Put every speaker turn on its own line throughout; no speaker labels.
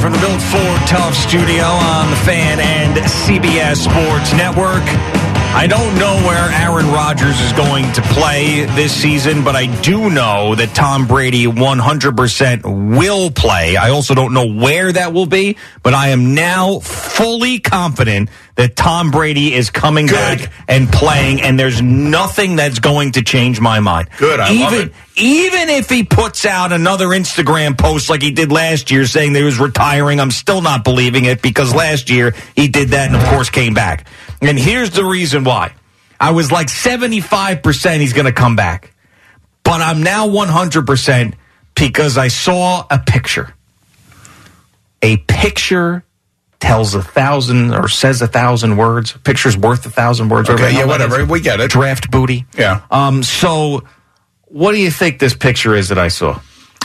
Ford Tough Studio on the Fan and CBS Sports Network. I don't know where Aaron Rodgers is going to play this season, but I do know that Tom Brady 100% will play. I also don't know where that will be, but I am now fully confident that Tom Brady is coming
Good.
back and playing, and there's nothing that's going to change my mind.
Good, I
even,
love it.
Even if he puts out another Instagram post like he did last year saying that he was retiring, I'm still not believing it because last year he did that and, of course, came back. And here's the reason why I was like 75% he's going to come back, but I'm now 100% because I saw a picture. A picture tells a thousand or says a thousand words. A picture's worth a thousand words.
Okay, yeah,
how that is.
whatever. We get it.
Draft booty.
Yeah.
Um, so, what do you think this picture is that I saw?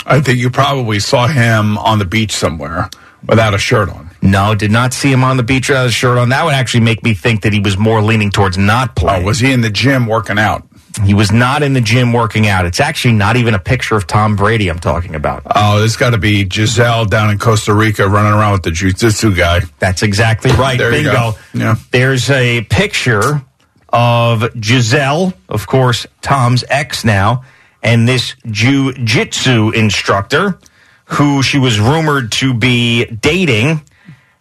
I think you probably saw him on the beach somewhere without a shirt on.
No, did not see him on the beach without a shirt on. That would actually make me think that he was more leaning towards not
Oh,
playing.
was he in the gym working out?
He was not in the gym working out. It's actually not even a picture of Tom Brady I'm talking about.
Oh, this got to be Giselle down in Costa Rica running around with the jiu-jitsu guy.
That's exactly right.
There you
Bingo.
go. Yeah.
There's a picture of Giselle, of course, Tom's ex now, and this jiu-jitsu instructor who she was rumored to be dating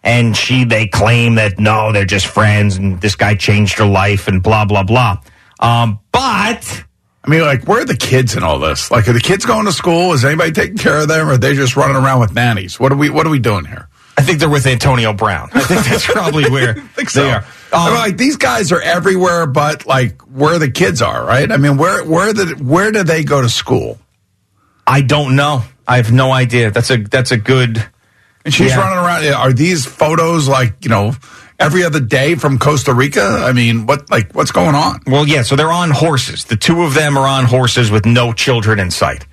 and she they claim that no, they're just friends and this guy changed her life and blah blah blah. Um, but
I mean, like, where are the kids in all this? Like, are the kids going to school? Is anybody taking care of them, or are they just running around with nannies? What are we What are we doing here?
I think they're with Antonio Brown. I think that's probably where
I think so.
they are.
I
Um,
mean, like these guys are everywhere, but like where the kids are, right? I mean, where where the where do they go to school?
I don't know. I have no idea. That's a that's a good
And she's
Yeah.
running around. Yeah, Are these photos like you know every other day from Costa Rica? I mean, what like what's going on?
Well, yeah, so they're on horses. The two of them are on horses with no children in sight.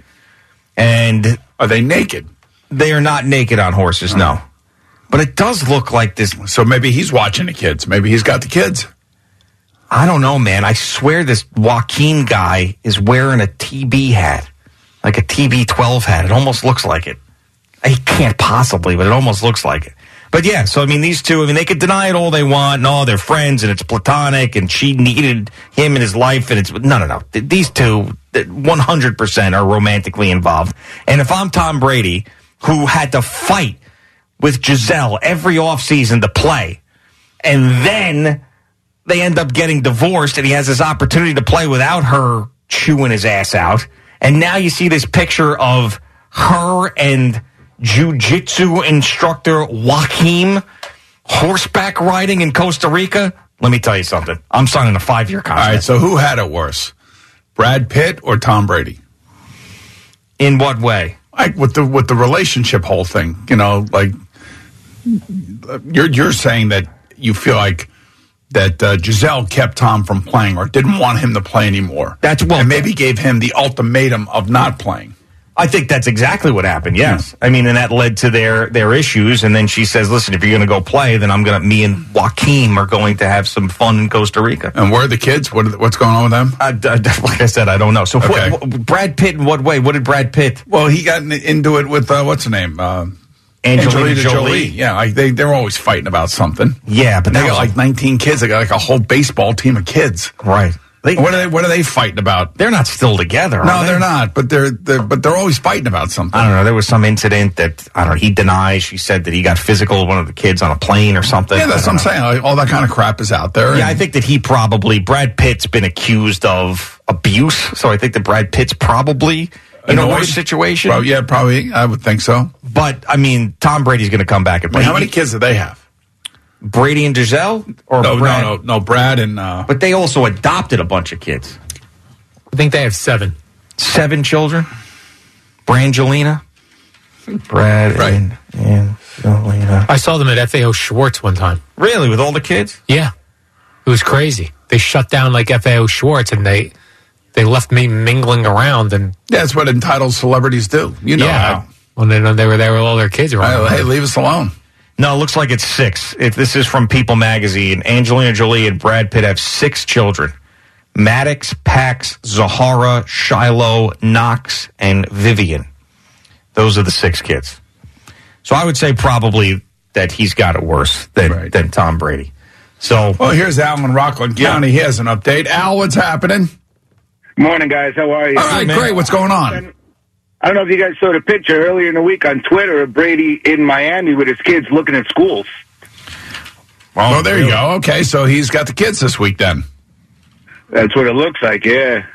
And
Are they naked?
they are not naked on horses, no. But it does look like this.
So maybe he's watching the kids. Maybe he's got the kids.
I don't know, man. I swear this Joaquin guy is wearing a TB hat, like a TB 12 hat. It almost looks like it. He can't possibly, but it almost looks like it. But yeah, so I mean, these two, I mean, they could deny it all they want and all their friends and it's platonic and she needed him in his life and it's, no, no, no. Th- These two th- 100% are romantically involved. And if I'm Tom Brady, who had to fight with Giselle every offseason to play, and then they end up getting divorced and he has this opportunity to play without her chewing his ass out. And now you see this picture of her and jujitsu instructor Joaquim horseback riding in Costa Rica. Let me tell you something. I'm signing a five year
All
contract.
right. So who had it worse, Brad Pitt or Tom Brady?
In what way?
Like with the with the relationship whole thing. You know, like you're you're saying that you feel like that uh, Giselle kept Tom from playing or didn't want him to play anymore.
That's well-
and maybe gave him the ultimatum of not playing.
I think that's exactly what happened. Yes,
Hmm.
I mean, and that led to their their issues. And then she says, "Listen, if you're going to go play, then I'm going to. Me and Joaquim are going to have some fun in Costa Rica."
And where are the kids? What are the, what's going on with them?
I, I- like I said, I don't know. So,
Okay.
what, what- Brad Pitt in what way? What did Brad Pitt?
Well, he got in, into it with uh, what's her name, uh,
Angelina, Jolie.
Yeah, like they they're always fighting about something.
Yeah, but
They
that
got
was
like 19 kids. They got like a whole baseball team of kids.
right. They,
What are they? What are they fighting about?
they're not still together. are
No,
they?
they're not. But they're, they're but they're always fighting about something.
I don't know. There was some incident that I don't know. He denies. She said that he got physical with one of the kids on a plane or something.
yeah, that's
I
what
don't
I'm saying. Like, all that kind of crap is out there.
know. Yeah, I
and
think that he probably Brad Pitt's been accused of abuse. So I think that Brad Pitt's probably in a
annoyed.
worse situation.
Well, yeah, probably. I would think so.
But I mean, Tom Brady's going to come back and play.
how many kids do they have?
Brady and Giselle or
No,
Brad?
no, no, no. Brad and uh,
But they also adopted a bunch of kids.
I think they have seven.
seven children. Brangelina, Brad,
Right.
and, and Angelina.
I saw them at FAO Schwartz one time.
Really, with all the kids?
Yeah, it was crazy. They shut down like FAO Schwartz, and they they left me mingling around. And
yeah, that's what entitled celebrities do. You know.
yeah,
how.
when they, when they were there with all their kids around.
Oh, Hey, hey, leave us alone.
No, it looks like it's six. If this is from People Magazine, Angelina Jolie and Brad Pitt have six children: Maddox, Pax, Zahara, Shiloh, Knox, and Vivian. Those are the six kids. So I would say probably that he's got it worse than
Right.
than Tom Brady. So
Well, here's Al in Rockland County. He has an update. Al, what's happening?
Morning, guys. How are you?
All right,
man.
great. What's going on?
I don't know if you guys saw the picture earlier in the week on Twitter of Brady in Miami with his kids looking at schools.
Oh, there you go. Okay, so he's got the kids this week then.
That's what it looks like, yeah.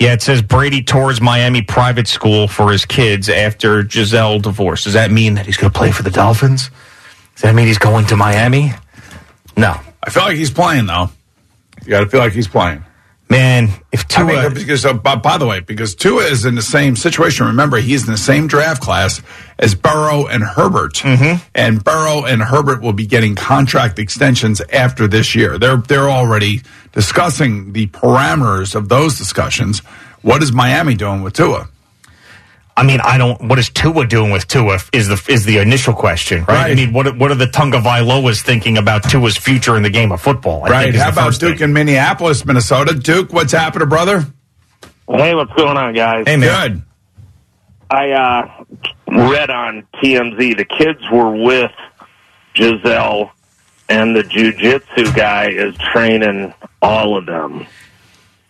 yeah, it says Brady tours Miami private school for his kids after Giselle divorce. Does that mean that he's going to play for the Dolphins? Does that mean he's going to Miami? No,
I feel like he's playing though. You got to feel like he's playing.
man. If Tua,
I mean, because uh, by, by the way, because Tua is in the same situation. Remember, he's in the same draft class as Burrow and Herbert, and Burrow and Herbert will be getting contract extensions after this year. They're they're already discussing the parameters of those discussions. What is Miami doing with Tua?
I mean, I don't. What is Tua doing with Tua? Is the is the initial question, right?
Right.
I mean, what what are the Tunga Vailoas thinking about Tua's future in the game of football? I
Right?
think is
How
the
about
first
Duke
thing.
in Minneapolis, Minnesota? Duke, what's happening, brother?
Hey, what's going on, guys?
Hey man,
Good.
I uh, read on TMZ the kids were with Giselle, and the jujitsu guy is training all of them.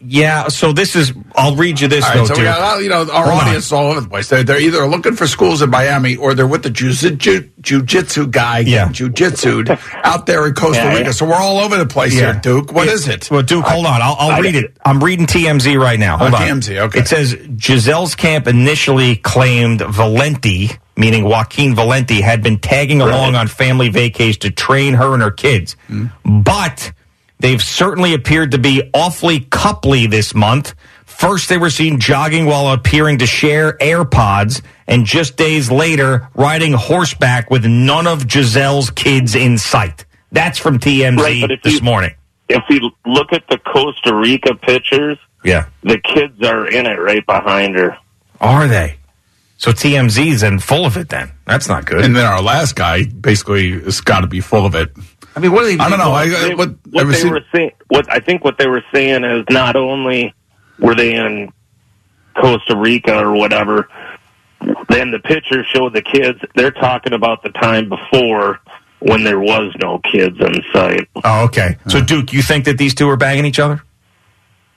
yeah. So this is. I'll read you this
All
though,
right, so we
Duke.
got a lot- you know our
Hold on.
audience is all over the place. They're, they're either looking for schools in Miami or they're with the jujitsu ju- jujitsu guy
Yeah.
getting jujitsued out there in Costa
Yeah,
Rica.
yeah.
So we're all over the place
Yeah.
here, Duke. What
Yeah.
is it?
Well, Duke, hold on. I'll, I'll read it. I'm reading TMZ right now. Hold
Oh,
on.
TMZ, okay.
It says Giselle's camp initially claimed Valenti, meaning Joaquin Valenti, had been tagging along on family vacays to train her and her kids.
Hmm.
But they've certainly appeared to be awfully couply this month. First, they were seen jogging while appearing to share AirPods, and just days later, riding horseback with none of Giselle's kids in sight. That's from TMZ
Right, but if
this
you-
morning.
If you look at the Costa Rica pictures,
Yeah.
the kids are in it right behind her.
Are they? So TMZ's in full of it then. That's not good.
And then our last guy basically has got to be full of it.
I mean, what are they?
I don't know. I, I-
They-
what,
what
I
they
received-
were saying, what I think what they were saying is not only were they in Costa Rica or whatever, then the picture showed the kids. They're talking about the time before when there was no kids in sight.
Oh, okay. So Duke, you think that these two are banging each other?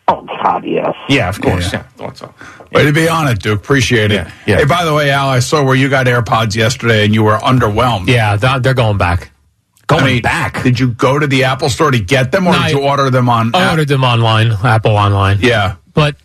Oh God, yes.
Yeah, of course.
Yeah.
Yeah, thought so.
Way to be on it, Duke. Appreciate it.
Yeah, yeah.
Hey, by the way, Al, I saw where you got AirPods yesterday and you were underwhelmed.
Yeah, th- they're going back.
Going
I mean,
back.
Did you go to the Apple store to get them or
No,
did you
I-
order them on?
I ordered them online, Apple online.
Yeah.
But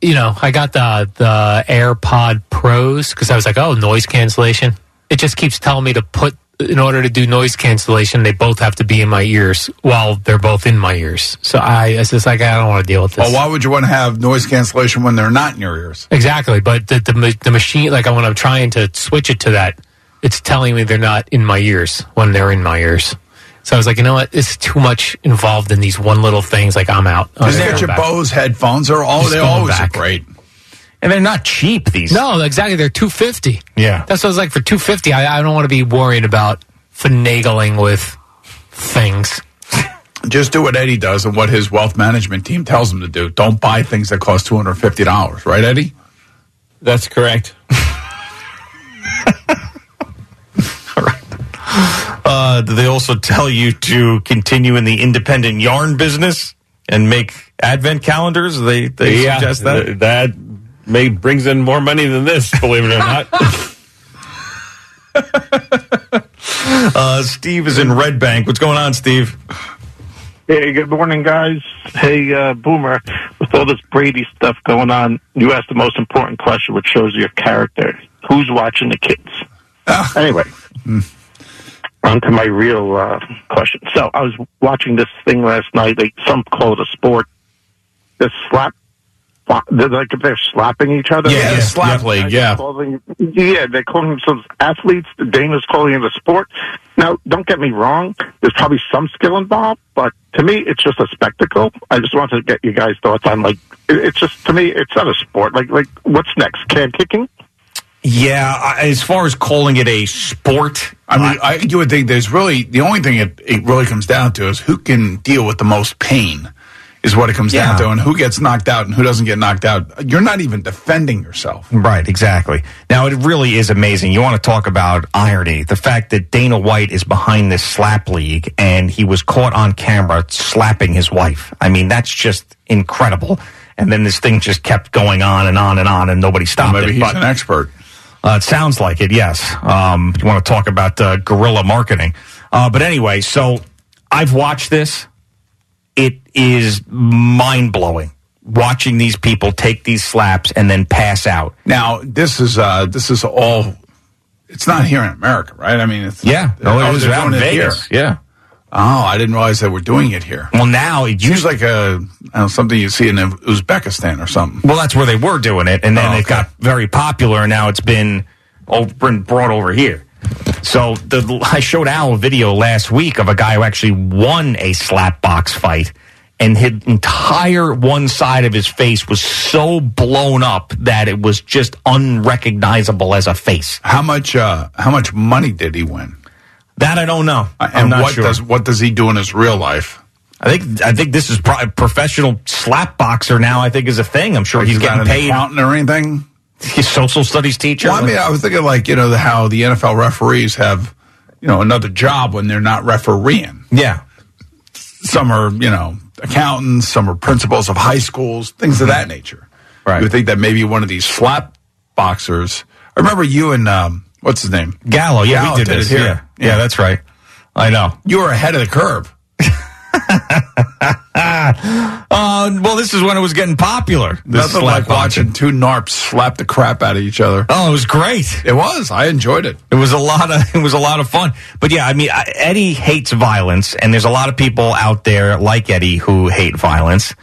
you know, I got the the AirPod Pros because I was like, oh, noise cancellation. It just keeps telling me to put in order to do noise cancellation, they both have to be in my ears while they're both in my ears. So I, it's just like I don't want to deal with this.
Well, why would you want to have noise cancellation when they're not in your ears?
Exactly, but the, the ma- the machine, like when I'm trying to switch it to that, it's telling me they're not in my ears when they're in my ears. So I was like, you know what? It's too much involved in these one little things. Like I'm out. I'm
Just
gonna
get
go
your
back.
Bose headphones. They're all
Just
they
going
always
back.
are great.
and they're not cheap. These.
No, exactly. They're two fifty.
Yeah.
that's what I was like for two fifty. I, I don't want to be worrying about finagling with things.
Just do what Eddie does and what his wealth management team tells him to do. Don't buy things that cost two hundred fifty dollars, right, Eddie?
That's correct.
Uh, do they also tell you to continue in the independent yarn business and make advent calendars? They they suggest that.
Th- that may brings in more money than this, believe it or not.
Uh, Steve is in Red Bank. What's going on, Steve?
Hey, good morning, guys. Hey, uh, Boomer, with all this Brady stuff going on, you asked the most important question, which shows your character. Who's watching the kids? Anyway, on to my real uh, question. So I was watching this thing last night. They some call it a sport. The slap, they're like if they're slapping each other.
Yeah,
yeah,
slap
yeah.
league. Yeah,
Calling, yeah, they call themselves athletes. The Dana's calling it a sport. Now, don't get me wrong. There's probably some skill involved, but to me, it's just a spectacle. I just wanted to get you guys' thoughts on like it- it's just to me, it's not a sport. Like like what's next? Can kicking?
Yeah, I- as far as calling it a sport,
I mean, I, you would think there's really the only thing it, it really comes down to is who can deal with the most pain. is what it comes
Yeah.
down to, and who gets knocked out and who doesn't get knocked out. You're not even defending yourself.
Right, exactly. Now it really is amazing. You want to talk about irony? The fact that Dana White is behind this slap league and he was caught on camera slapping his wife. I mean, that's just incredible. And then this thing just kept going on and on and on, and nobody stopped
Maybe
it.
he's
But-
an expert.
uh, it sounds like it, yes. Um, you want to talk about uh, guerrilla marketing. Uh, but anyway, so I've watched this. It is mind blowing watching these people take these slaps and then pass out.
Now this is uh, this is all. It's not here in America, right? I mean, it's,
No,
oh,
it was
they're
out in
doing it
Vegas.
here.
Yeah.
Oh, I didn't realize they were doing it here.
Well, now it
It's
usually.
like a I don't know, something you see in Uzbekistan or something.
Well, that's where they were doing it, and then
Oh,
it
okay.
got very popular, and now it's been, oh, been brought over here. So the I showed Al a video last week of a guy who actually won a slap box fight, and his entire one side of his face was so blown up that it was just unrecognizable as a face.
How much? Uh, how much money did he win?
That I don't know.
Uh,
I'm
and
not
what
sure.
does what does he do in his real life?
I think I think this is probably professional slap boxer now. I think is a thing. I'm sure
Like,
he's
not
getting
an
paid.
accountant or anything.
He's social studies teacher.
Well, I mean, I was thinking like you know the, how the NFL referees have you know another job when they're not refereeing.
yeah.
Some are you know accountants, some are principals of high schools, things of that nature.
Mm-hmm. Right.
You would think that maybe one of these slap boxers. I remember you and um, what's his name?
Gallo, yeah,
Gallo
we did,
did
this
it
here.
here.
Yeah.
Yeah.
Oh, Yeah, that's right. I know.
You were ahead of the curve.
Uh, well, this is when it was getting popular. This
Nothing
slap
like watching two narps slap the crap out of each other.
Oh, it was great.
It was. I enjoyed it.
It was a lot of it was a lot of fun. But yeah, I mean, I, Eddie hates violence, and there's a lot of people out there like Eddie who hate violence,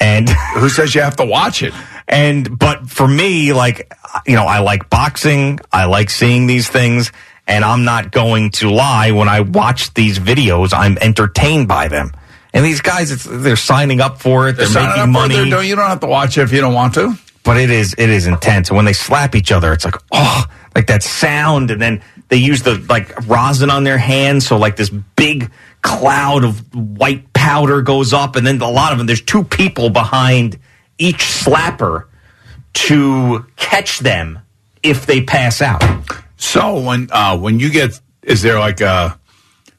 and.
Who says you have to watch it?
And but for me, like you know, I like boxing. I like seeing these things, and I'm not going to lie. When I watch these videos, I'm entertained by them. And these guys, it's, they're signing up for it. They're,
Sign up for it.
making money,
Don't- You don't have to watch it if you don't want to.
but it is it is intense. And when they slap each other, it's like oh, like that sound, and then they use the like rosin on their hands, so like this big cloud of white powder goes up, and then a lot of them. There's two people behind each slapper to catch them if they pass out.
So when uh, when you get, is there like a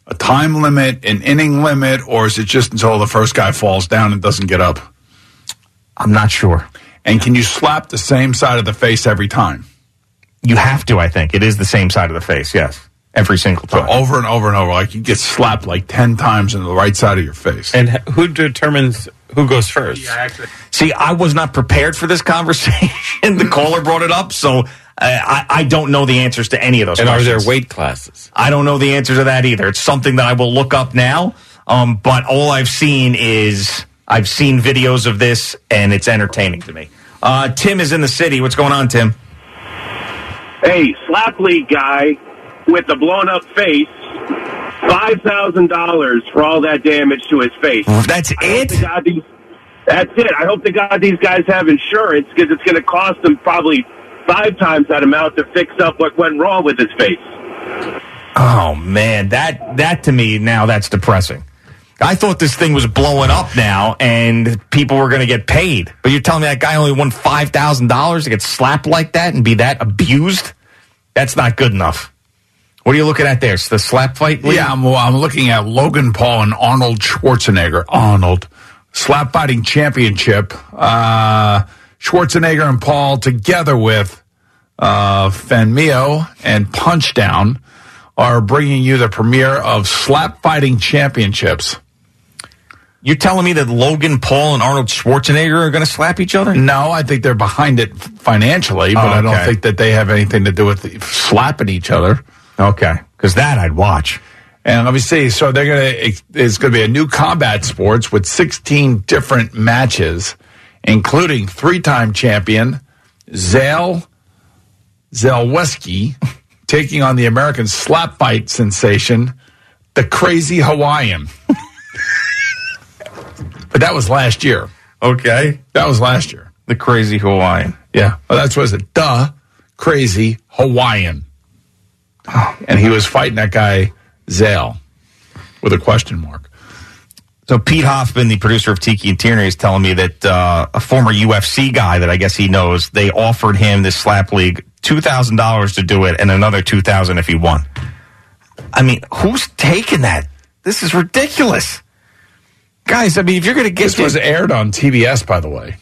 a time limit, an inning limit, or is it just until the first guy falls down and doesn't get up?
I'm not sure.
And can you slap the same side of the face every time?
You have to, I think. It is the same side of the face. Yes, every single
So
time.
over and over and over, like you get slapped like ten times in the right side of your face.
And h- who determines who goes first?
See, I was not prepared for this conversation. the caller brought it up, so uh, I, I don't know the answers to any of those.
and are
questions.
there weight classes?
I don't know the answer to that either. It's something that I will look up now. Um, but all I've seen is I've seen videos of this, and it's entertaining to me. Uh, Tim is in the city. What's going on, Tim?
Hey, slap league guy with the blown up face, five thousand dollars for all that damage to his face.
That's it.
To God, these- that's it. I hope to God these guys have insurance because it's going to cost them probably five times that amount to fix up what went wrong with his face.
Oh man, that that to me now that's depressing. I thought this thing was blowing up now, and people were going to get paid. But you're telling me that guy only won five thousand dollars to get slapped like that and be that abused? That's not good enough. What are you looking at there? It's the slap fight? league?
Yeah, I'm, I'm looking at Logan Paul and Arnold Schwarzenegger. Arnold, slap fighting championship. Uh, Schwarzenegger and Paul together with uh, Fanmio and Punchdown are bringing you the premiere of Slap Fighting Championships.
You're telling me that Logan Paul and Arnold Schwarzenegger are going to slap each other?
No, I think they're behind it financially, but I
okay.
don't think that they have anything to do with the- slapping each other.
Okay, because that I'd watch.
And let me see. So they're gonna. It's gonna be a new combat sports with 16 different matches, including three-time champion Zale Zaleski taking on the American slap fight sensation, the Crazy Hawaiian. but that was last year.
Okay,
That was last year.
the crazy Hawaiian.
Yeah. Well, that's what is it? The Crazy Hawaiian. and he was fighting that guy Zale with a question mark.
So Pete Hoffman, the producer of Tiki and Tierney, is telling me that uh, a former UFC guy that I guess he knows, they offered him this slap league two thousand dollars to do it, and another two thousand if he won. I mean, who's taking that? This is ridiculous, guys. I mean, if you're going to get
This was aired on TBS, by the way.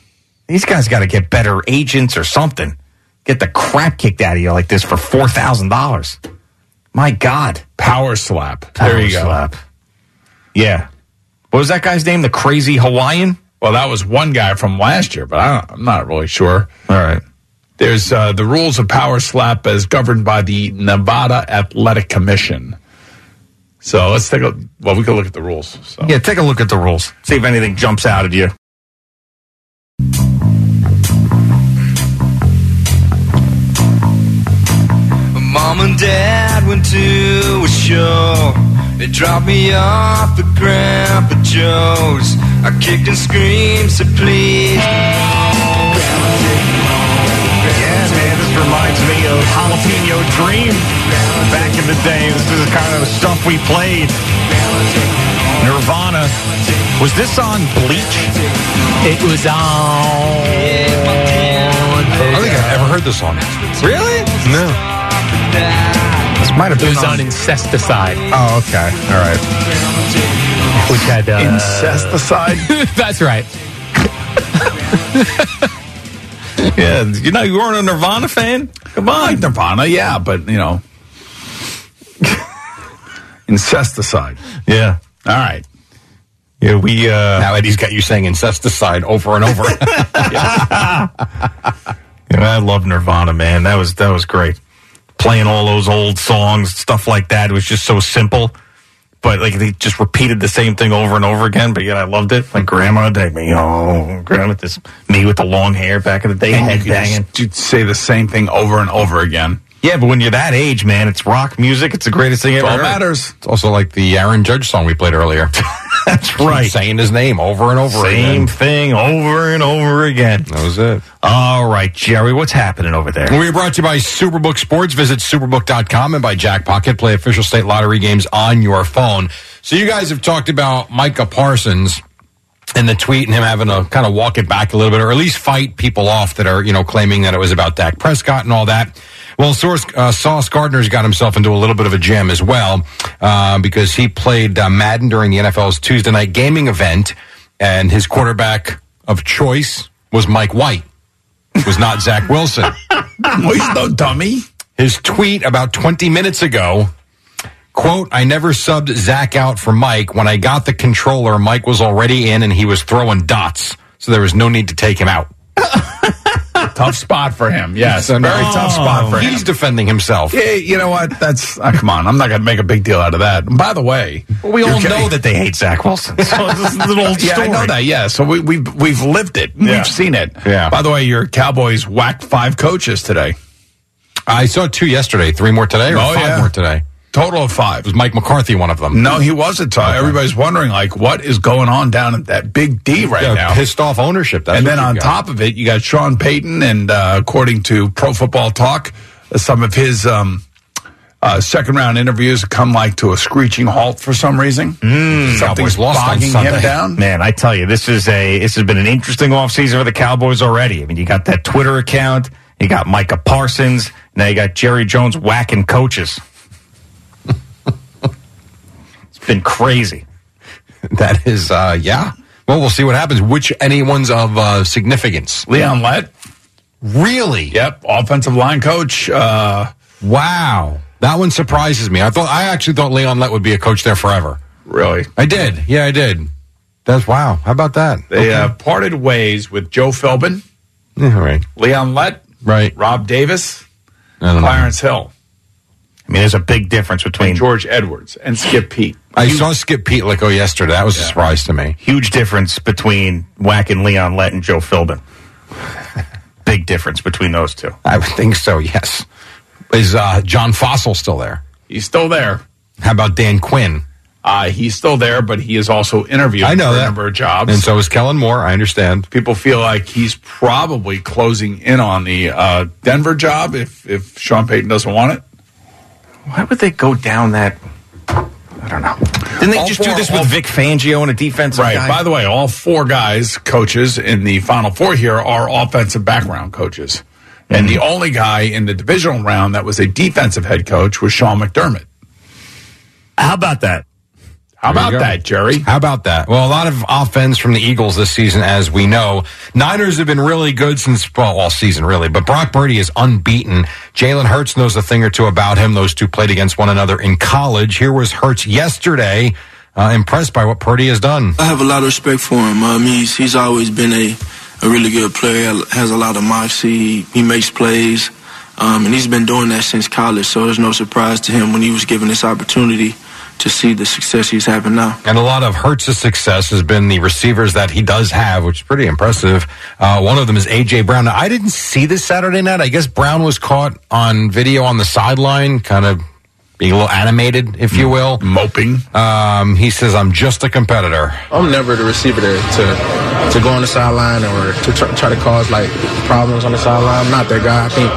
these guys got to get better agents or something. Get the crap kicked out of you like this for four thousand dollars. My God,
Power slap. there you
Power
go.
slap. Yeah, what was that guy's name? The crazy Hawaiian.
Well, that was one guy from last year, but I don't, I'm not really sure.
All right.
There's uh, the rules of power slap as governed by the Nevada Athletic Commission. So let's take a well. We can look at the rules. So.
Yeah, take a look at the rules. See if anything jumps out at you.
Mom and dad went to a show. They dropped me off at Grandpa Joe's. I kicked and screamed, said please.
Yeah, man, this reminds me of Jalapeno Dream back in the day. This is kind of the stuff we played. Nirvana. Was this on Bleach?
It was on.
I don't think I've ever heard this song.
Really?
No,
This might have
it
been
was
on.
on Incesticide,
Oh, okay. All right.
Oh.
which had uh,
Incesticide.
That's right.
Yeah, you know, you weren't a Nirvana fan?
Come on, like Nirvana. Yeah, but you know, incesticide.
Yeah.
All right.
Yeah, we, uh,
Now Eddie's got you saying incesticide over and over.
And I love Nirvana, man. That was that was great. Playing all those old songs, stuff like that was just so simple. But like they just repeated the same thing over and over again. But yet I loved it. Like grandma take me home, grandma this me with the long hair back in the day, head banging.
You'd say the same thing over and over again.
Yeah, but when you're that age, man, it's rock music. It's the greatest thing
It
ever.
all
heard.
matters.
it's also like the Aaron Judge song we played earlier.
That's right.
saying his name over and over
Same
again.
thing over and over again.
That was it.
All right, Jerry, what's happening over there?
We are brought to you by Superbook Sports. Visit superbook.com and by Jack Pocket. Play official state lottery games on your phone. So, you guys have talked about Micah Parsons and the tweet and him having to kind of walk it back a little bit or at least fight people off that are, you know, claiming that it was about Dak Prescott and all that. Well, source, uh, Sauce Gardner's got himself into a little bit of a jam as well uh, because he played uh, Madden during the NFL's Tuesday night gaming event, and his quarterback of choice was Mike White, was not Zach Wilson.
Well, he's no dummy.
his tweet about 20 minutes ago quote i never subbed zach out for mike when i got the controller mike was already in and he was throwing dots so there was no need to take him out
Tough spot for him. Yes,
It's a
very
nice-
tough spot for him.
he's defending himself
Yeah, you know what? That's oh, come on. I'm not going to make a big deal out of that. And by the way,
We all
you're getting-
know that they hate Zach Wilson. So this is an old
Yeah,
story.
I know that. Yeah, so we, we've we've lived it.
Yeah.
We've seen it.
Yeah.
By the way, your Cowboys whacked five coaches today.
i saw two yesterday three more today or
Oh,
five
yeah.
more today
Total of five.
was mike mccarthy one of them
No, he wasn't. Ty. Everybody's wondering like what is going on down at that big D right
Yeah,
now.
pissed off ownership that's
and
what
then
you
on
got.
top of it, you got Sean Payton, and uh, according to Pro Football Talk, uh, some of his um, uh, second round interviews have come like to a screeching halt for some reason. Something's
Mm. Cowboys lost on
bogging him
Sunday.
down.
Man, I tell you, this is a this has been an interesting offseason for the Cowboys already. I mean, you got that Twitter account, you got Micah Parsons, now you got Jerry Jones whacking coaches. it's been crazy.
that is uh yeah well we'll see what happens which anyone's of uh significance
Leon Lett,
really
yep, offensive line coach. Uh,
wow that one surprises me i thought i actually thought leon lett would be a coach there forever
really,
I did. Yeah, I did. That's wow. How about that?
they uh, parted ways with Joe Philbin,
Yeah, right.
Leon Lett,
Right.
Rob Davis,
I don't know.
Clarence Hill,
I mean, there's a big difference between
George Edwards, and Skip Pete.
I saw Skip Petlico yesterday. That was a surprise to me.
huge difference between whacking Leon Lett and Joe Philbin. big difference between those two.
I would think so. Yes. Is uh, John Fossil still there?
He's still there.
How about Dan Quinn?
Uh, he's still there, but he is also interviewing
I know
for
that.
a number of jobs.
And so is Kellen Moore. I understand.
people feel like he's probably closing in on the uh, Denver job if if Sean Payton doesn't want it.
Why would they go down that? I don't know. Didn't they
All
just do
four-
this with
all-
Vic Fangio and a defensive
Right.
guy?
By the way, all four guys, coaches in the Final Four here, are offensive background coaches. And the only guy in the divisional round that was a defensive head coach was Sean McDermott.
How about that?
How about that, Jerry?
How about that? Well, a lot of offense from the Eagles this season, as we know. Niners have been really good since, well, all season, really. But Brock Purdy is unbeaten. Jalen Hurts knows a thing or two about him. Those two played against one another in college. Here was Hurts yesterday, uh, impressed by what Purdy has done.
I have a lot of respect for him. Um, he's he's always been a, a really good player. Has a lot of moxie. He, he makes plays, um, and he's been doing that since college. So there's no surprise to him when he was given this opportunity to see the success he's having now.
And a lot of Hertz's success has been the receivers that he does have, which is pretty impressive. Uh, one of them is A.J. Brown. Now, I didn't see this Saturday night. I guess Brown was caught on video on the sideline, kind of being a little animated, if you will.
Moping.
Um, he says, I'm just a competitor.
I'm never the receiver to to, to go on the sideline or to try, try to cause like problems on the sideline. I'm not that guy. I think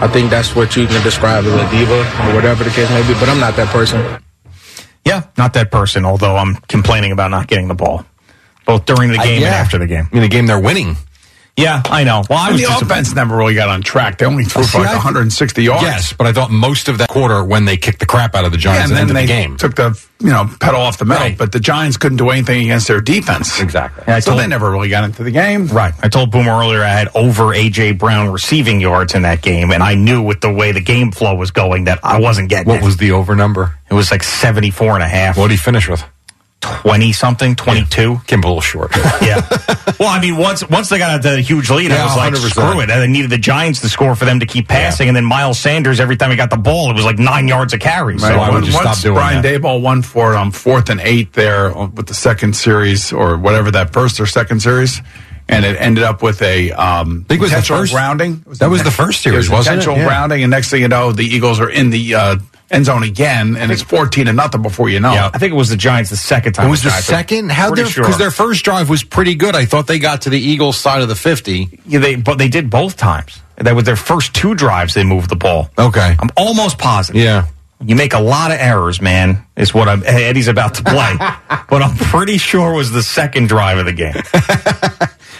I think that's what you can describe as a diva or whatever the case may be. But I'm not that person.
yeah, not that person, although I'm complaining about not getting the ball, both during the
Uh,
game
yeah.
and after the game.
In the game they're winning.
Yeah, I know. Well, I
And
was
the
disappointed.
offense never really got on track. They only threw
See,
for like
I-
160 yards.
Yes, but I thought most of that quarter when they kicked the crap out of the Giants
and
at
then
the end
they
of the game.
took the you know pedal off the metal, but the Giants couldn't do anything against their defense.
Exactly.
Yeah, I
so
told-
they never really got into the game.
Right. I told Boomer earlier I had over AJ Brown receiving yards in that game, and I knew with the way the game flow was going that I wasn't getting
What
it.
was the over number?
It was like 74 and a half.
What did he finish with?
20 something, 22.
Came a little short.
Yeah. well, I mean, once once they got out to the huge lead,
Yeah,
I was like,
100%.
screw it. And they needed the Giants to score for them to keep passing. And then Miles Sanders, every time he got the ball, it was like nine yards of carry.
Right.
So
why would you
Once
stop doing
Brian
that?
Dayball won for it on fourth and eight there with the second series or whatever that first or second series, and it ended up with a um,
I think it was the
intentional
first-
grounding. It
that was the first series, wasn't it?
intentional
Yeah.
grounding, and next thing you know, the Eagles are in the uh, end zone again, and it's fourteen to nothing before you know. it.
Oh, I think it was the Giants the second time.
It was the
tried, but
second. How
pretty
their
sure.
because their first drive was pretty good. I thought they got to the Eagles side of the fifty.
Yeah, they but they did both times. That was their first two drives. They moved the ball.
Okay.
I'm almost positive.
Yeah.
You make a lot of errors, man. Is what I'm. Eddie's about to play, but I'm pretty sure was the second drive of the game.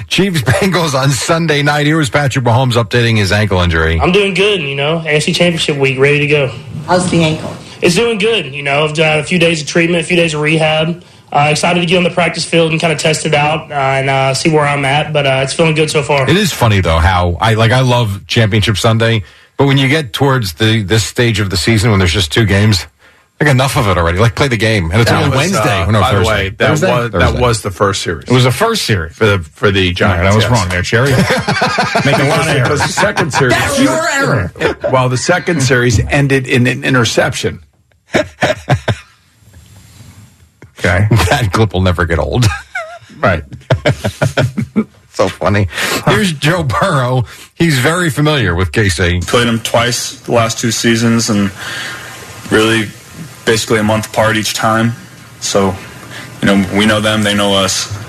Chiefs Bengals on Sunday night. Here was Patrick Mahomes updating his ankle injury.
I'm doing good, you know. AFC Championship week, ready to go. How's the ankle? It's doing good, you know. I've done a few days of treatment, a few days of rehab. Uh, excited to get on the practice field and kind of test it out uh, and uh, see where I'm at, but uh, it's feeling good so far.
It is funny though how I like I love Championship Sunday, but when you get towards the this stage of the season when there's just two games, like enough of it already. Like play the game, and it's
That
only
was,
Wednesday.
uh,
Oh, no,
by
Thursday.
the way, that
Thursday?
was that
Thursday.
was the first series.
It was the first series.
for the for the Giants.
I was
yes.
wrong there, Cherry. Make a lot of
Because the
errors.
second series,
That's your error.
Well, the second series ended in an interception.
Okay.
that clip will never get old.
Right.
so funny. Here's Joe Burrow. He's very familiar with KC.
Played him twice the last two seasons, and really, basically a month apart each time. So, you know, we know them; they know us.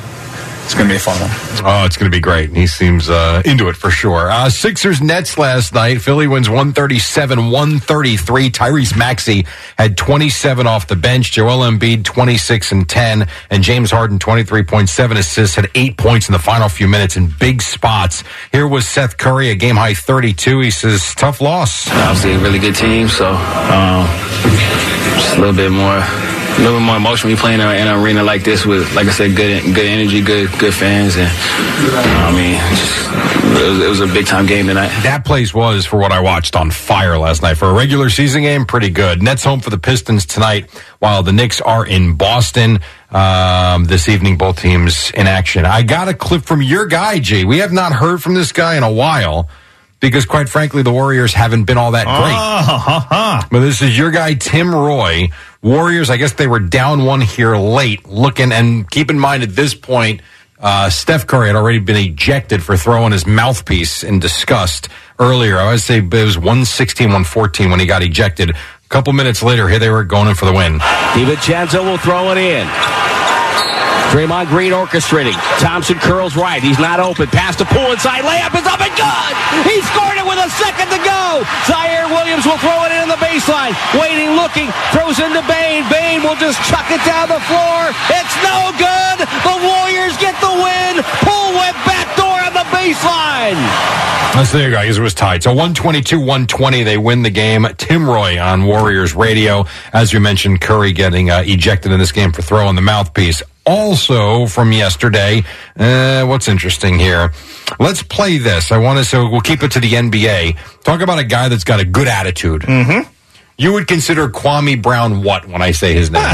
It's going to be a fun one.
Oh, it's going to be great. He seems uh, into it for sure. Uh, Sixers Nets last night. Philly wins 137 133. Tyrese Maxey had 27 off the bench. Joel Embiid 26 and 10. And James Harden 23.7 assists. Had eight points in the final few minutes in big spots. Here was Seth Curry, a game high 32. He says, tough loss.
Obviously, a really good team, so um, just a little bit more, a little bit more emotion. We playing in an arena like this with, like I said, good, good energy, good, good fans, and I mean, just, it, was, it was a big time game tonight.
That place was, for what I watched, on fire last night. For a regular season game, pretty good. Nets home for the Pistons tonight, while the Knicks are in Boston um, this evening. Both teams in action. I got a clip from your guy, G. We have not heard from this guy in a while because, quite frankly, the Warriors haven't been all that great. But this is your guy, Tim Roy. Warriors, I guess they were down one here late. Looking, and keep in mind at this point, uh, Steph Curry had already been ejected for throwing his mouthpiece in disgust earlier. I would say it was 116, 114 when he got ejected. A couple minutes later, here they were going in for the win.
DiVincenzo will throw it in. Draymond Green orchestrating. Thompson curls right. He's not open. Pass to pool inside. Layup is up and good. He scored it with a second to go. through. Zaire Williams will throw it in the baseline. Waiting, looking, throws into Bain. Bain will just chuck it down the floor. It's no good. The Warriors get the win. Pull went backdoor on the baseline.
That's there you go. I guess it was tied. So 122 120, they win the game. Tim Roy on Warriors Radio. As we mentioned, Curry getting uh, ejected in this game for throwing the mouthpiece. Also from yesterday, uh, what's interesting here? Let's play this. I want to, so we'll keep it to the NBA. Talk about a guy that's got a good attitude. Mm-hmm. You would consider Kwame Brown what when I say his name?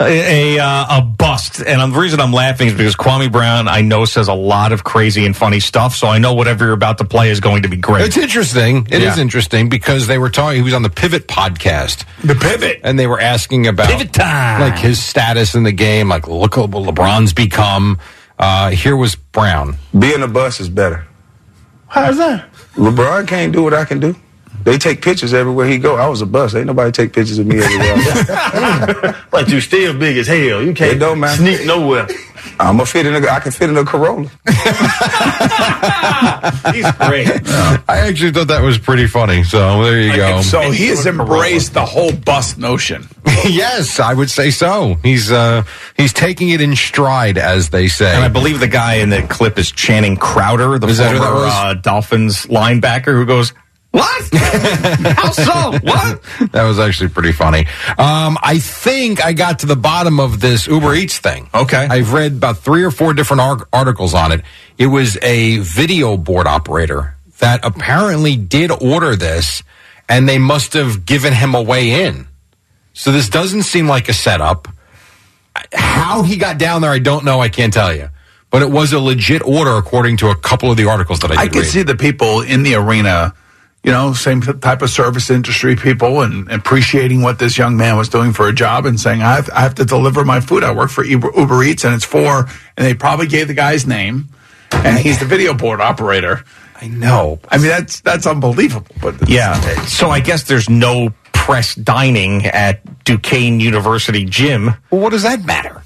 a, a, uh, a bust. And um, the reason I'm laughing is because Kwame Brown, I know, says a lot of crazy and funny stuff. So I know whatever you're about to play is going to be great.
It's interesting. It is
Yeah.
interesting because they were talking. He was on the Pivot podcast.
The Pivot,
and they were asking about
Pivot time.
like his status in the game. Like, look what LeBron's become. Uh, here was Brown.
Being a bus is better.
How's that?
LeBron can't do what I can do. They take pictures everywhere he go. I was a bus. Ain't nobody take pictures of me everywhere. but you still big as hell. You can't don't matter. sneak nowhere. I'm a fit in a. I can fit in a Corolla.
He's great. I actually thought that was pretty funny. So there you go.
So he has embraced the whole bus notion.
yes, I would say so. He's uh, he's taking it in stride, as they say.
And I believe the guy in the clip is Channing Crowder, the
Is that
former
who that was?
Uh, Dolphins linebacker who goes, What? How so? What?
that was actually pretty funny. Um, I think I got to the bottom of this Uber Eats thing. Okay. I've read about three or four different ar- articles on it. It was a video board operator that apparently did order this, and they must have given him a way in. So this doesn't seem like a setup. I- How he got down there, I don't know. I can't tell you. But it was a legit order, according to a couple of the articles that I did
I can
read.
see the people in the arena, you know, same type of service industry people, and appreciating what this young man was doing for a job and saying, I have, I have to deliver my food. I work for Uber, Uber Eats and it's for, and they probably gave the guy's name, and he's the video board operator.
I know.
I mean, that's that's unbelievable. But
Yeah. So I guess there's no press dining at Duquesne University Gym.
Well, what does that matter?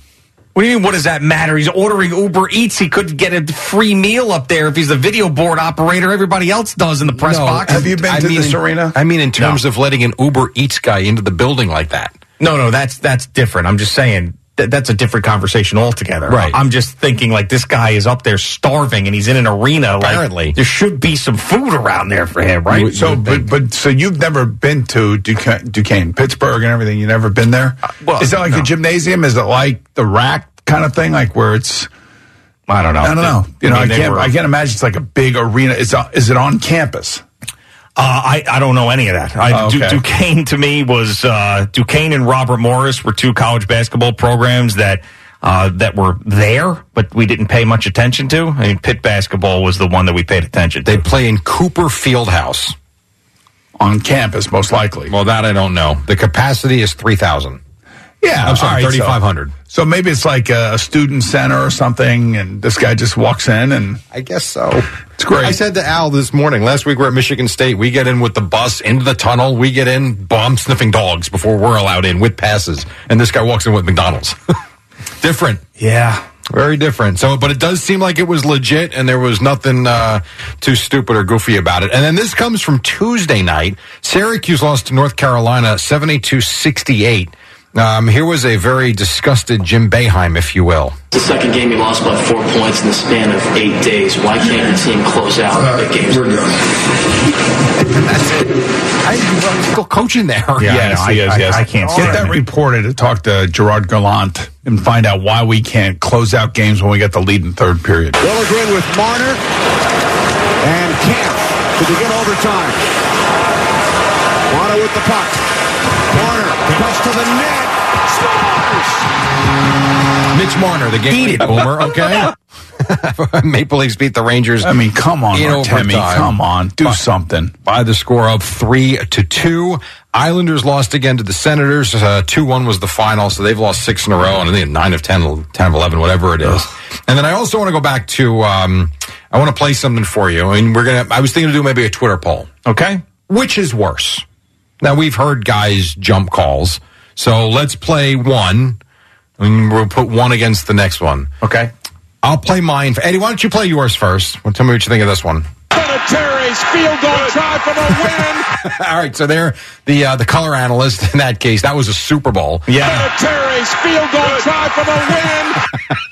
What do you mean, what does that matter? He's ordering Uber Eats. He could get a free meal up there if he's the video board operator. Everybody else does in the press
No,
box.
I mean in- I mean, in terms of letting an Uber Eats guy into the building like that.
No, no, that's that's different. I'm just saying that that's a different conversation altogether.
Right.
I'm just thinking like this guy is up there starving and he's in an arena.
Apparently.
like, there should be some food around there for him, right?
So, but, but so you've never been to Duquesne, Duquesne, Pittsburgh, and everything. You've never been there.
Uh, well,
is it like
no.
a gymnasium? Is it like the rack kind of thing? Like where it's?
I don't know.
I don't know. You know,
I
I,
mean, they
can't.
were-
I can't imagine it's like a big arena. Is uh, is it on campus?
Uh, I, I don't know any of that. I,
Oh,
Du-
okay.
Duquesne to me was uh, Duquesne and Robert Morris were two college basketball programs that uh, that were there, but we didn't pay much attention to. I mean, Pitt basketball was the one that we paid attention to.
They play in Cooper Fieldhouse.
On campus, most likely.
Well, that I don't know. The capacity is 3,000.
Yeah,
I'm sorry,
all right, so-
3,500.
So, maybe it's like a, a student center or something, and this guy just walks in, and
I guess so.
it's great.
I said to Al this morning, last week we're at Michigan State. We get in with the bus into the tunnel. We get in, bomb sniffing dogs before we're allowed in with passes. And this guy walks in with McDonald's. different.
Yeah.
Very different. So, but it does seem like it was legit and there was nothing uh, too stupid or goofy about it. And then this comes from Tuesday night. Syracuse lost to North Carolina 72 68. Um, here was a very disgusted Jim Beheim, if you will.
The second game you lost by four points in the span of eight days. Why can't your team close out big games? We're
I, still coaching there.
Yeah, I, know. I- I- I
can't
get that reported. To talk to Gerard Gallant and find out why we can't close out games when we get the lead in third period.
Willigren with Marner and Camp to begin overtime. Marner with the puck. Marner cuts to the net. Scores!
Mitch Marner, the game boomer, okay? Maple Leafs beat the Rangers.
I mean, come on,
in
Artemi,
overtime.
come on, do something.
by the score of three to two. Islanders lost again to the Senators. Uh, Two one was the final, so they've lost six in a row, and I think nine of 10, 10 of eleven, whatever it is. And then I also want to go back to. Um, I want to play something for you, and we're gonna. I was thinking to do maybe a Twitter poll.
Okay,
which is worse? Now we've heard guys jump calls, so let's play one, and we'll put one against the next one.
Okay.
I'll play mine. Eddie, why don't you play yours first? Well, tell me what you think of this one.
Terry's field goal try for the win.
All right, so they're the uh, the color analyst in that case. That was a Super Bowl.
Terry's field goal try for the win.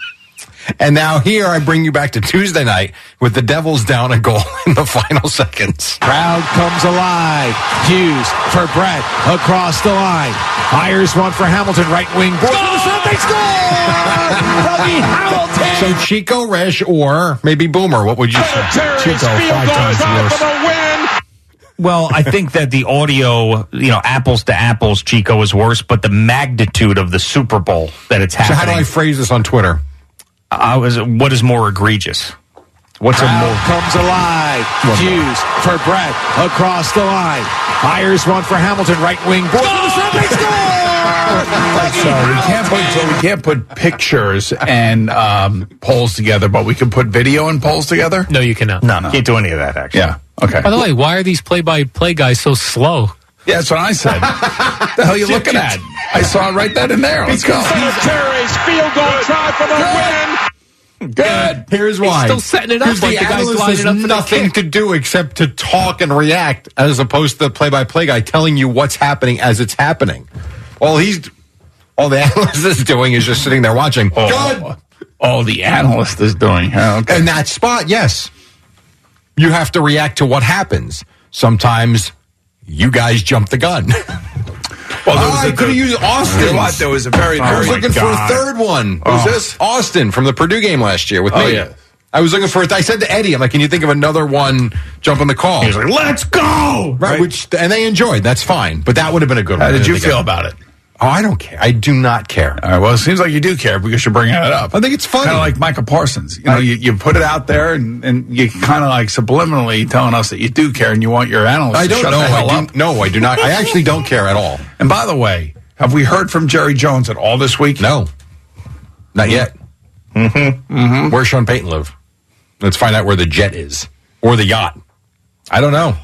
And now here I bring you back to Tuesday night with the Devils down a goal in the final seconds.
Crowd comes alive. Hughes for Brett across the line. Hires one for Hamilton, right wing. Board to the front, they score! Dougie Hamilton!
So Chico, Resch, or maybe Boomer. What would you say?
field goal try for the win.
Well, I think that the audio, you know, apples to apples, Chico is worse, but the magnitude of the Super Bowl that it's
So
happening.
how do I phrase this on Twitter?
I was. What is more egregious? What's a
Crowd
more?
comes alive. Hughes for Brett across the line. Hires one for Hamilton, right wing. Board to the front, they score!
So we can't put so we can't put pictures and um, polls together, but we can put video and polls together.
No, you cannot.
No,
Can't
do any of that. Actually,
yeah. Okay.
By the way, why are these play-by-play guys so slow?
Yeah, that's what I said. the hell are you looking at? I saw it right then and there. Let's go.
Terry's field goal try for the win.
Good. Here's why.
still setting it up
Here's
like
the
the guy's
analyst
lining
has
up for the
nothing to do except to talk and react, as opposed to the play-by-play guy telling you what's happening as it's happening. All he's, all the analyst is doing is just sitting there watching.
Oh.
Good.
All the analyst is doing.
And that spot, yes, you have to react to what happens. Sometimes you guys jump the gun.
Well,
Oh, I could have used Austin.
What? There was a very.
I was
very-
looking for a third one.
Oh Who's
Oh.
this?
Austin from the Purdue game last year with
Oh,
me.
yeah.
I was looking for it. I said to Eddie, "I'm like, can you think of another one? Jump on the call." He's like,
"Let's go!"
Right, Which and they enjoyed. That's fine, but that would have been a good
How
one.
did you feel about it?
Oh, I don't care. I do not care.
All right. Well, it seems like you do care because you're bringing it up.
I think it's funny.
Kind of like Michael Parsons. You know, you, you put it out there and, and you kind of like subliminally telling us that you do care and you want your analysts to
I don't
shut
know.
the
I
hell
do-
up.
no, I do not. I actually don't care at all.
And by the way, have we heard from Jerry Jones at all this week?
No. Not yet. Mm-hmm. Mm-hmm. Where Sean Payton live? Let's find out where the jet is or the yacht. I don't know.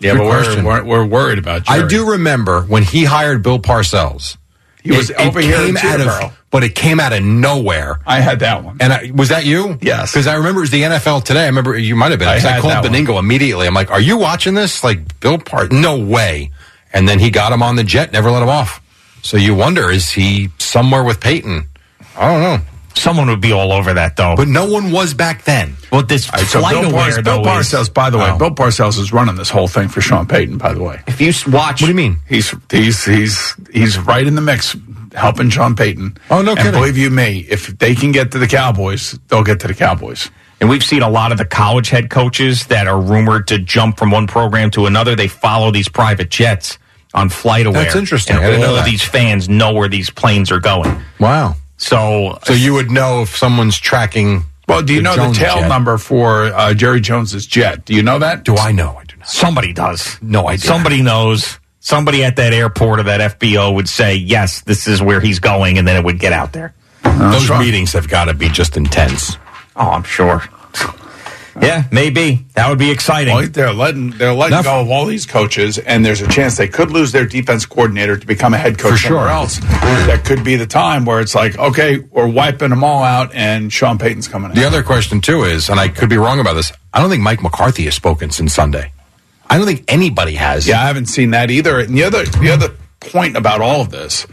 Yeah,
Good
but we're,
question.
we're, we're worried about Jerry.
I do remember when he hired Bill Parcells.
He was over here in
out
Teterboro.
of, but it came out of nowhere.
I had that one.
And I, was that you? Yes. Because I remember it was the NFL today. I remember you might have been.
I
'cause I,
had that
called Beningo immediately. I'm like, "Are you watching this?" Like Bill Part, no way. And then he got him on the jet, never let him off. So you wonder, is he somewhere with Peyton? I don't know.
Someone would be all over that though.
But no one was back then.
Well, this
All right, so
flight
Bill,
aware
Parcells,
though
Bill
is-
Parcells, by the way,
Oh.
Bill Parcells is running this whole thing for Sean Payton. By the way,
if you watch,
what do you mean?
He's he's he's he's right in the mix, helping Sean Payton.
Oh no,
and
kidding.
believe you me, if they can get to the Cowboys, they'll get to the Cowboys.
And we've seen a lot of the college head coaches that are rumored to jump from one program to another. They follow these private jets on FlightAware.
That's interesting. I
And
didn't know
all of
that.
these fans know where these planes are going.
Wow.
So,
So you would know if someone's tracking.
Well, do you know
Jones
the tail
jet.
number for uh, Jerry Jones's jet? Do you know that?
Do I know? I do not.
somebody does.
No idea.
Somebody knows. Somebody at that airport or that FBO would say, yes, this is where he's going. And then it would get out there.
Those meetings have got to be just intense.
Oh, I'm sure. yeah, maybe. That would be exciting.
Well, they're letting they're letting go of all these coaches, and there's a chance they could lose their defense coordinator to become a head coach
For
somewhere
sure.
else. That could be the time where it's like, okay, we're wiping them all out, and Sean Payton's coming in.
The other question too is, and I could be wrong about this. I don't think Mike McCarthy has spoken since Sunday. I don't think anybody has.
Yeah, I haven't seen that either. And the other the other point about all of this,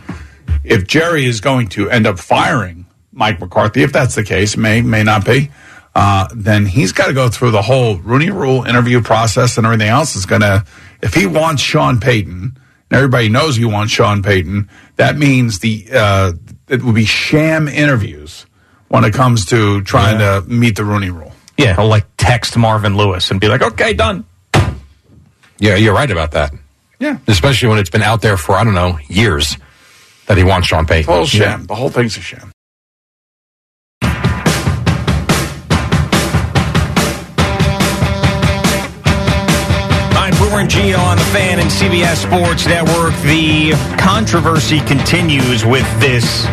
if Jerry is going to end up firing Mike McCarthy, if that's the case, may may not be, uh, then he's got to go through the whole Rooney Rule interview process and everything else. Is going to if he wants Sean Payton, and everybody knows he wants Sean Payton, that means the uh, it will be sham interviews when it comes to trying to meet the Rooney Rule.
Yeah, he'll like text Marvin Lewis and be like, okay, done.
Yeah, you're right about that.
Yeah.
Especially when it's been out there for, I don't know, years that he wants Sean Payton.
Total sham. The whole thing's a sham.
I'm Boomer and Geo on the fan and CBS Sports Network. The controversy continues with this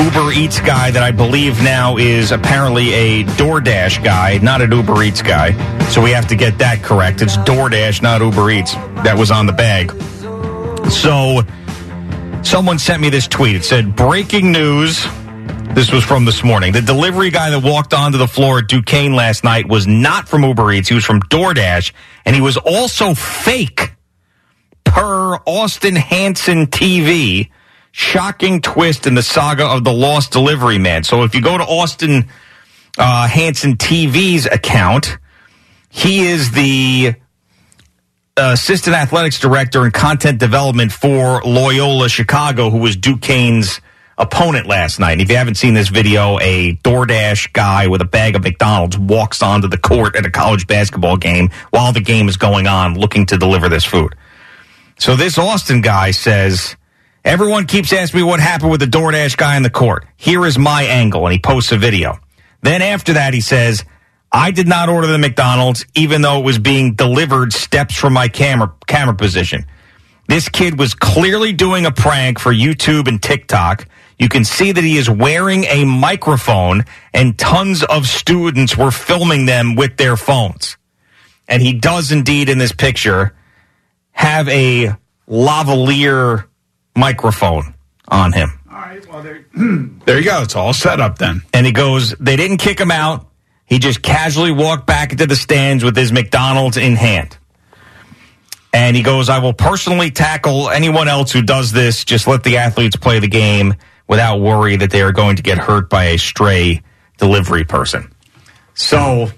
Uber Eats guy that I believe now is apparently a DoorDash guy, not an Uber Eats guy. So we have to get that correct. It's DoorDash, not Uber Eats. That was on the bag. So someone sent me this tweet. It said, Breaking news This was from this morning. The delivery guy that walked onto the floor at Duquesne last night was not from Uber Eats. He was from DoorDash, and he was also fake per Austin Hanson TV. Shocking twist in the saga of the lost delivery man. So if you go to Austin uh, Hanson TV's account, he is the assistant athletics director and content development for Loyola Chicago, who was Duquesne's opponent last night. And if you haven't seen this video, a DoorDash guy with a bag of McDonald's walks onto the court at a college basketball game while the game is going on, looking to deliver this food. So this Austin guy says, Everyone keeps asking me what happened with the DoorDash guy in the court. Here is my angle. And he posts a video. Then after that, he says, I did not order the McDonald's, even though it was being delivered steps from my camera, camera position. This kid was clearly doing a prank for YouTube and TikTok. You can see that he is wearing a microphone and tons of students were filming them with their phones. And he does indeed in this picture have a lavalier microphone on him.
There you go. It's all set up then.
And he goes, they didn't kick him out. He just casually walked back into the stands with his McDonald's in hand. And he goes, I will personally tackle anyone else who does this. Just let the athletes play the game without worry that they are going to get hurt by a stray delivery person. So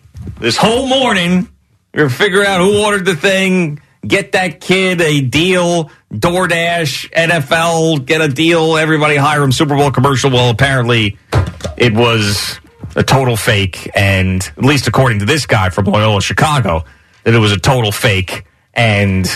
this whole morning, we are figuring out who ordered the thing, get that kid a deal, DoorDash, NFL, get a deal, everybody hire him, Super Bowl commercial. Well, apparently it was a total fake, and at least according to this guy from Loyola Chicago, that it was a total fake, and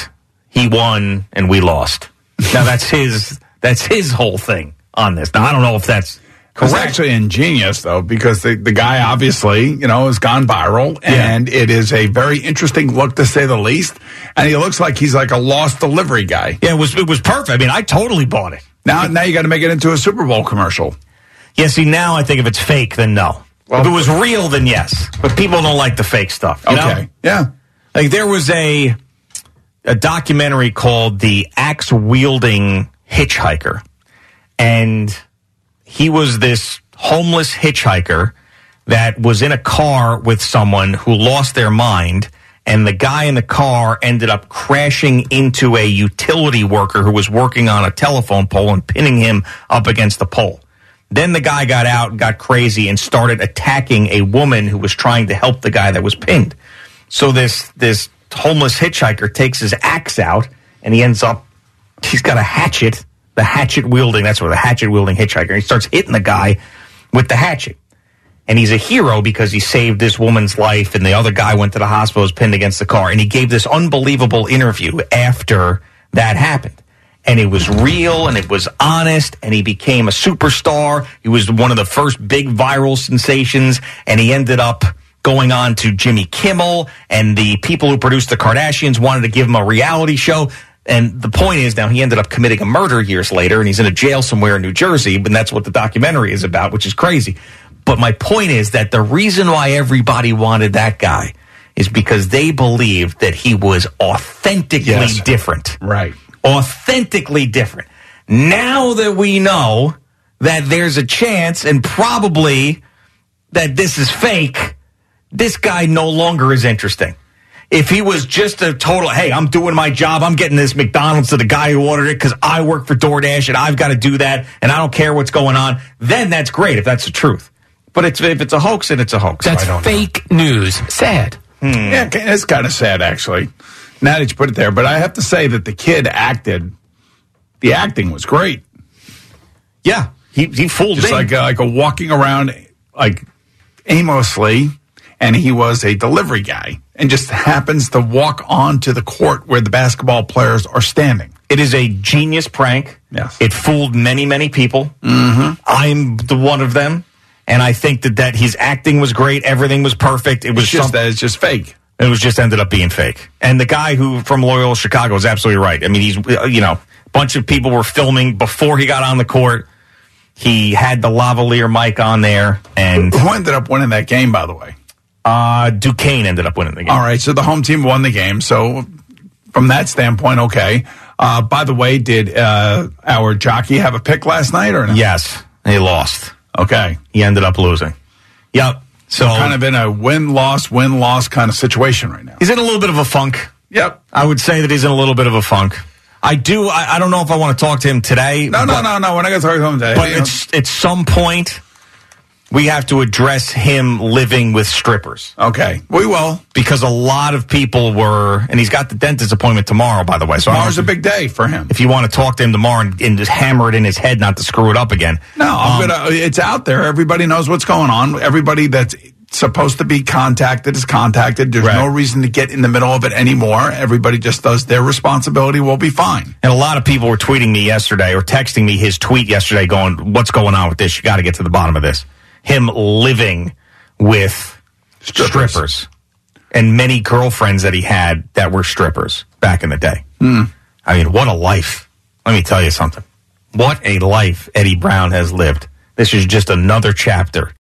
he won and we lost. Now that's his that's his whole thing on this. Now I don't know if that's
It's actually ingenious though, because the, the guy obviously, you know, has gone viral and it is a very interesting look to say the least. And he looks like he's like a lost delivery guy.
Yeah, it was it was perfect. I mean, I totally bought it.
Now now you gotta make it into a Super Bowl commercial.
Yeah, see now I think if it's fake, then no. if it was real, then yes. But people don't like the fake stuff. You
Okay.
Know? Yeah. Like there was a a documentary called The Axe Wielding Hitchhiker. And he was this homeless hitchhiker that was in a car with someone who lost their mind and the guy in the car ended up crashing into a utility worker who was working on a telephone pole and pinning him up against the pole. Then the guy got out and got crazy and started attacking a woman who was trying to help the guy that was pinned. So this this homeless hitchhiker takes his axe out and he ends up he's got a hatchet, the hatchet wielding, that's what the hatchet wielding hitchhiker. He starts hitting the guy with the hatchet. And he's a hero because he saved this woman's life and the other guy went to the hospital was pinned against the car and he gave this unbelievable interview after that happened. And it was real and it was honest and he became a superstar. He was one of the first big viral sensations and he ended up going on to Jimmy Kimmel and the people who produced the Kardashians wanted to give him a reality show. And the point is now he ended up committing a murder years later and he's in a jail somewhere in New Jersey, but that's what the documentary is about, which is crazy. But my point is that the reason why everybody wanted that guy is because they believed that he was authentically
Yes.
different.
Right.
Authentically different. Now that we know that there's a chance and probably that this is fake, this guy no longer is interesting. If he was just a total, hey, I'm doing my job, I'm getting this McDonald's to the guy who ordered it because I work for DoorDash and I've got to do that and I don't care what's going on, then that's great if that's the truth. But it's, if it's a hoax, then it's a hoax.
That's
I don't
fake news. Sad.
Yeah, ki- it's kind of sad actually. Now that you put it there, but I have to say that the kid acted. The acting was great.
Yeah, he he fooled
Just like a, like a walking around like aimlessly, and he was a delivery guy, and just happens to walk onto the court where the basketball players are standing.
It is a genius prank.
Yes.
It fooled many, many people.
Mm-hmm.
I'm the one of them, and I think that that his acting was great. Everything was perfect. It was
just
some-
that it's just fake.
It was just ended up being fake. And the guy who from Loyola Chicago is absolutely right. I mean, he's uh, you know, a bunch of people were filming before he got on the court. He had the lavalier mic on there, and
who ended up winning that game? By the way,
uh, Duquesne ended up winning the game.
All right, so the home team won the game. So from that standpoint, okay. Uh, by the way, did uh, our jockey have a pick last night or no?
Yes, he lost.
Okay.
He ended up losing. Yep. So
kind of in a win loss win loss kind of situation right now.
He's in a little bit of a funk.
Yep.
I would say that he's in a little bit of a funk. I do. I, I don't know if I want to talk to him today.
No, no, no, no. We're not going to talk to him today.
But
You know?
it's at some point we have to address him living with strippers.
Okay, we will
because a lot of people were, and he's got the dentist appointment tomorrow. By the way, so I don't
Tomorrow's
know
a big day for him.
If you want to talk to him tomorrow and, and just hammer it in his head not to screw it up again.
No, I'm gonna, it's out there. Everybody knows what's going on. Everybody that's supposed to be contacted is contacted. There's no reason to get in the middle of it anymore. Everybody just does their responsibility. We'll be fine.
And a lot of people were tweeting me yesterday or texting me his tweet yesterday going, What's going on with this? You got to get to the bottom of this. Him living with strippers. and many girlfriends that he had that were strippers back in the day. I mean, what a life. Let me tell you something. What a life Eddie Brown has lived. This is just another chapter